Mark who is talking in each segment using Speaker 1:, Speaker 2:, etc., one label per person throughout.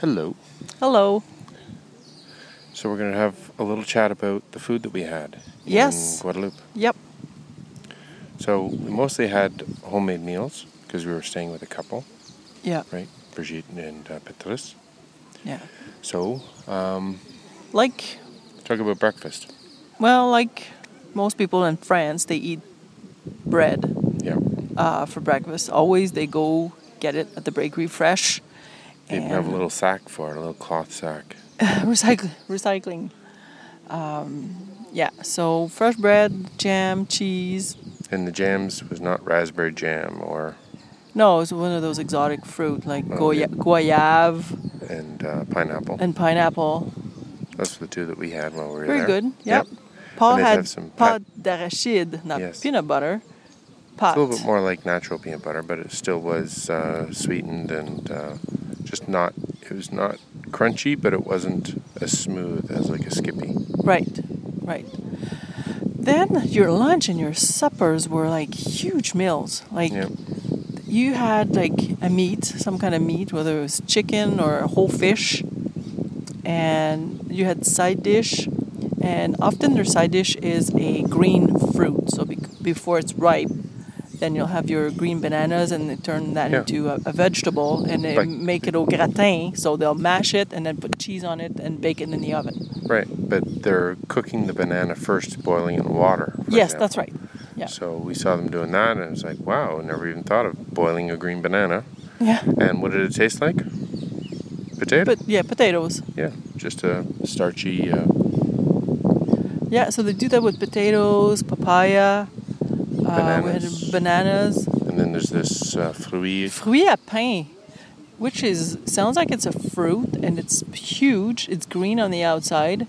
Speaker 1: Hello.
Speaker 2: Hello.
Speaker 1: So we're going to have a little chat about the food that we had
Speaker 2: Yes.
Speaker 1: in Guadeloupe.
Speaker 2: Yep.
Speaker 1: So we mostly had homemade meals because we were staying with a couple,
Speaker 2: Yeah.
Speaker 1: right? Brigitte and uh, Petrus.
Speaker 2: Yeah.
Speaker 1: So
Speaker 2: Like,
Speaker 1: talk about breakfast.
Speaker 2: well, like most people in France, they eat bread
Speaker 1: Yeah.
Speaker 2: uh, for breakfast. Always they go get it at the bakery fresh.
Speaker 1: They even have a little sack for it, a little cloth sack.
Speaker 2: recycling. Recycling. Um, yeah. So fresh bread, jam, cheese.
Speaker 1: And the jams was not raspberry jam or
Speaker 2: No, it's one of those exotic fruit like
Speaker 1: Oh,
Speaker 2: goya-
Speaker 1: yeah.
Speaker 2: guayave
Speaker 1: and uh, pineapple.
Speaker 2: and pineapple.
Speaker 1: That's the two that we had while we were
Speaker 2: Very
Speaker 1: there.
Speaker 2: good. Yep. Paul
Speaker 1: And they
Speaker 2: had
Speaker 1: have some
Speaker 2: pâte
Speaker 1: pat-
Speaker 2: d'arachide, not
Speaker 1: Yes.
Speaker 2: peanut butter.
Speaker 1: It's a little
Speaker 2: Pâte.
Speaker 1: bit more like natural peanut butter, but it still was uh, sweetened and uh, just not. It was not crunchy, but it wasn't as smooth as like a Skippy.
Speaker 2: Right, right. Then your lunch and your suppers were like huge meals. Like
Speaker 1: Yeah,
Speaker 2: you had like a meat, some kind of meat, whether it was chicken or a whole fish, and you had side dish. And often their side dish is a green fruit. So be- before it's ripe, then you'll have your green bananas and they turn that
Speaker 1: Yeah.
Speaker 2: into a, a vegetable and they
Speaker 1: Like-
Speaker 2: make it au gratin. So they'll mash it and then put cheese on it and bake it in the oven.
Speaker 1: right. But they're cooking the banana first, boiling it in water. for
Speaker 2: yes,
Speaker 1: example.
Speaker 2: that's right. Yeah.
Speaker 1: So we saw them doing that, and it's like, wow, never even thought of boiling a green banana.
Speaker 2: Yeah.
Speaker 1: And what did it taste like? Potato.
Speaker 2: But yeah, potatoes.
Speaker 1: yeah, just a starchy. Uh,
Speaker 2: Yeah, so they do that with potatoes, papaya, uh, we had
Speaker 1: Bananas.
Speaker 2: bananas,
Speaker 1: and then there's this uh, fruit.
Speaker 2: fruit à pain, which is sounds like it's a fruit and it's huge. It's green on the outside,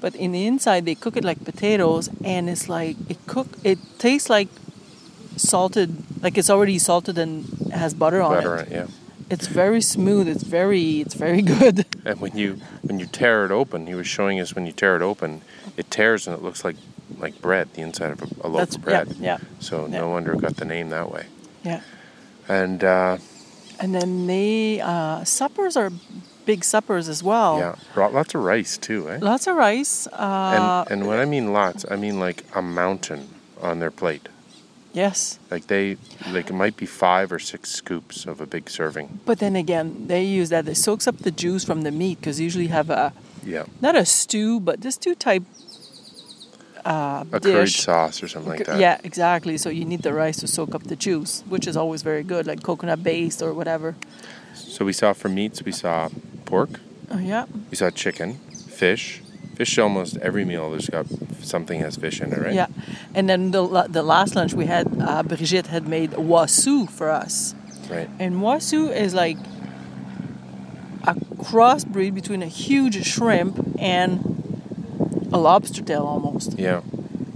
Speaker 2: but in the inside they cook it like potatoes, and it's like it cook. It tastes like salted, like it's already salted and has butter on
Speaker 1: butter in
Speaker 2: it.
Speaker 1: it, yeah.
Speaker 2: It's very smooth. It's very, it's very good.
Speaker 1: And when you when you tear it open, he was showing us when you tear it open, it tears and it looks like like bread, the inside of a, a loaf
Speaker 2: That's
Speaker 1: of bread.
Speaker 2: yeah,
Speaker 1: So
Speaker 2: yeah.
Speaker 1: no wonder it got the name that way.
Speaker 2: yeah, yeah.
Speaker 1: And uh,
Speaker 2: And then they uh, suppers are big suppers as well.
Speaker 1: yeah, ro- lots of rice too, eh?
Speaker 2: Lots of rice. Uh,
Speaker 1: and and when I mean lots, I mean like a mountain on their plate.
Speaker 2: yes.
Speaker 1: Like they like it might be five or six scoops of a big serving.
Speaker 2: But then again, they use that. They soaks up the juice from the meat because usually have a
Speaker 1: Yeah,
Speaker 2: not a stew, but this stew type uh,
Speaker 1: a curried
Speaker 2: dish.
Speaker 1: sauce or something like that.
Speaker 2: Yeah, exactly. So you need the rice to soak up the juice, which is always very good, like coconut based or whatever.
Speaker 1: So we saw for meats, we saw pork,
Speaker 2: Oh yeah,
Speaker 1: we saw chicken, fish. Fish almost every meal there's got something has fish in it, right?
Speaker 2: yeah. And then the la- the last lunch we had, uh, Brigitte had made wasu for us.
Speaker 1: Right.
Speaker 2: And wasu is like a crossbreed between a huge shrimp and a lobster tail almost.
Speaker 1: Yeah.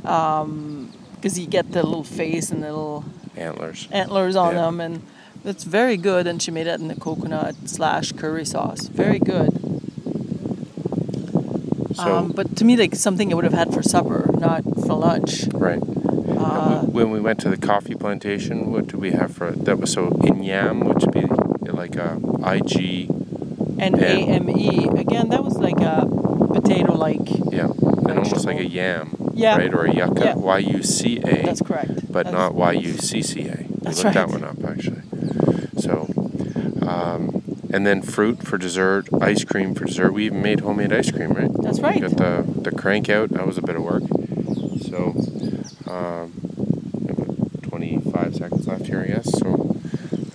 Speaker 2: Because you get the little face and the little
Speaker 1: Antlers.
Speaker 2: antlers on
Speaker 1: Yeah.
Speaker 2: them, and it's very good. And she made it in the coconut slash curry sauce. Very good.
Speaker 1: So
Speaker 2: um, but to me, like something I would have had for supper, not for lunch.
Speaker 1: right.
Speaker 2: uh,
Speaker 1: And we- when we went to the coffee plantation, what did we have for that was so inyam, which would be like a IG.
Speaker 2: And
Speaker 1: Yeah.
Speaker 2: AME again, that was like a potato like.
Speaker 1: Yeah. And almost like a yam.
Speaker 2: Yeah.
Speaker 1: Right? Or a yucca.
Speaker 2: Yeah.
Speaker 1: Y-U-C-A.
Speaker 2: That's correct.
Speaker 1: E. But
Speaker 2: That's-
Speaker 1: not Y-U-C-C-A. We
Speaker 2: That's
Speaker 1: looked that
Speaker 2: right.
Speaker 1: one up actually. So um, and then fruit for dessert, ice cream for dessert. We even made homemade ice cream, right?
Speaker 2: That's
Speaker 1: We
Speaker 2: right.
Speaker 1: Got the, the crank out. That was a bit of work. So, um, about 25 seconds left here, I guess. So,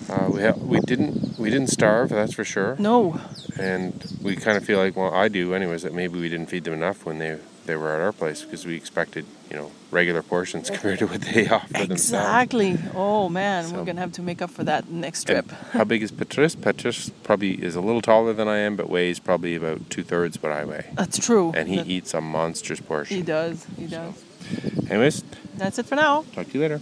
Speaker 1: uh, we ha- we didn't we didn't starve, that's for sure.
Speaker 2: No,
Speaker 1: And we kind of feel like, well, I do, anyways, that maybe we didn't feed them enough when they they were at our place because we expected, you know, regular portions compared to what they offered themselves.
Speaker 2: exactly. Oh man,
Speaker 1: So-
Speaker 2: we're gonna have to make up for that next
Speaker 1: And
Speaker 2: trip.
Speaker 1: how big is Petrus? Petrus probably is a little taller than I am, but weighs probably about two thirds what I weigh.
Speaker 2: That's true.
Speaker 1: And he
Speaker 2: That-
Speaker 1: eats a monstrous portion.
Speaker 2: He does. He does.
Speaker 1: Anyways,
Speaker 2: That's it for now.
Speaker 1: talk to you later.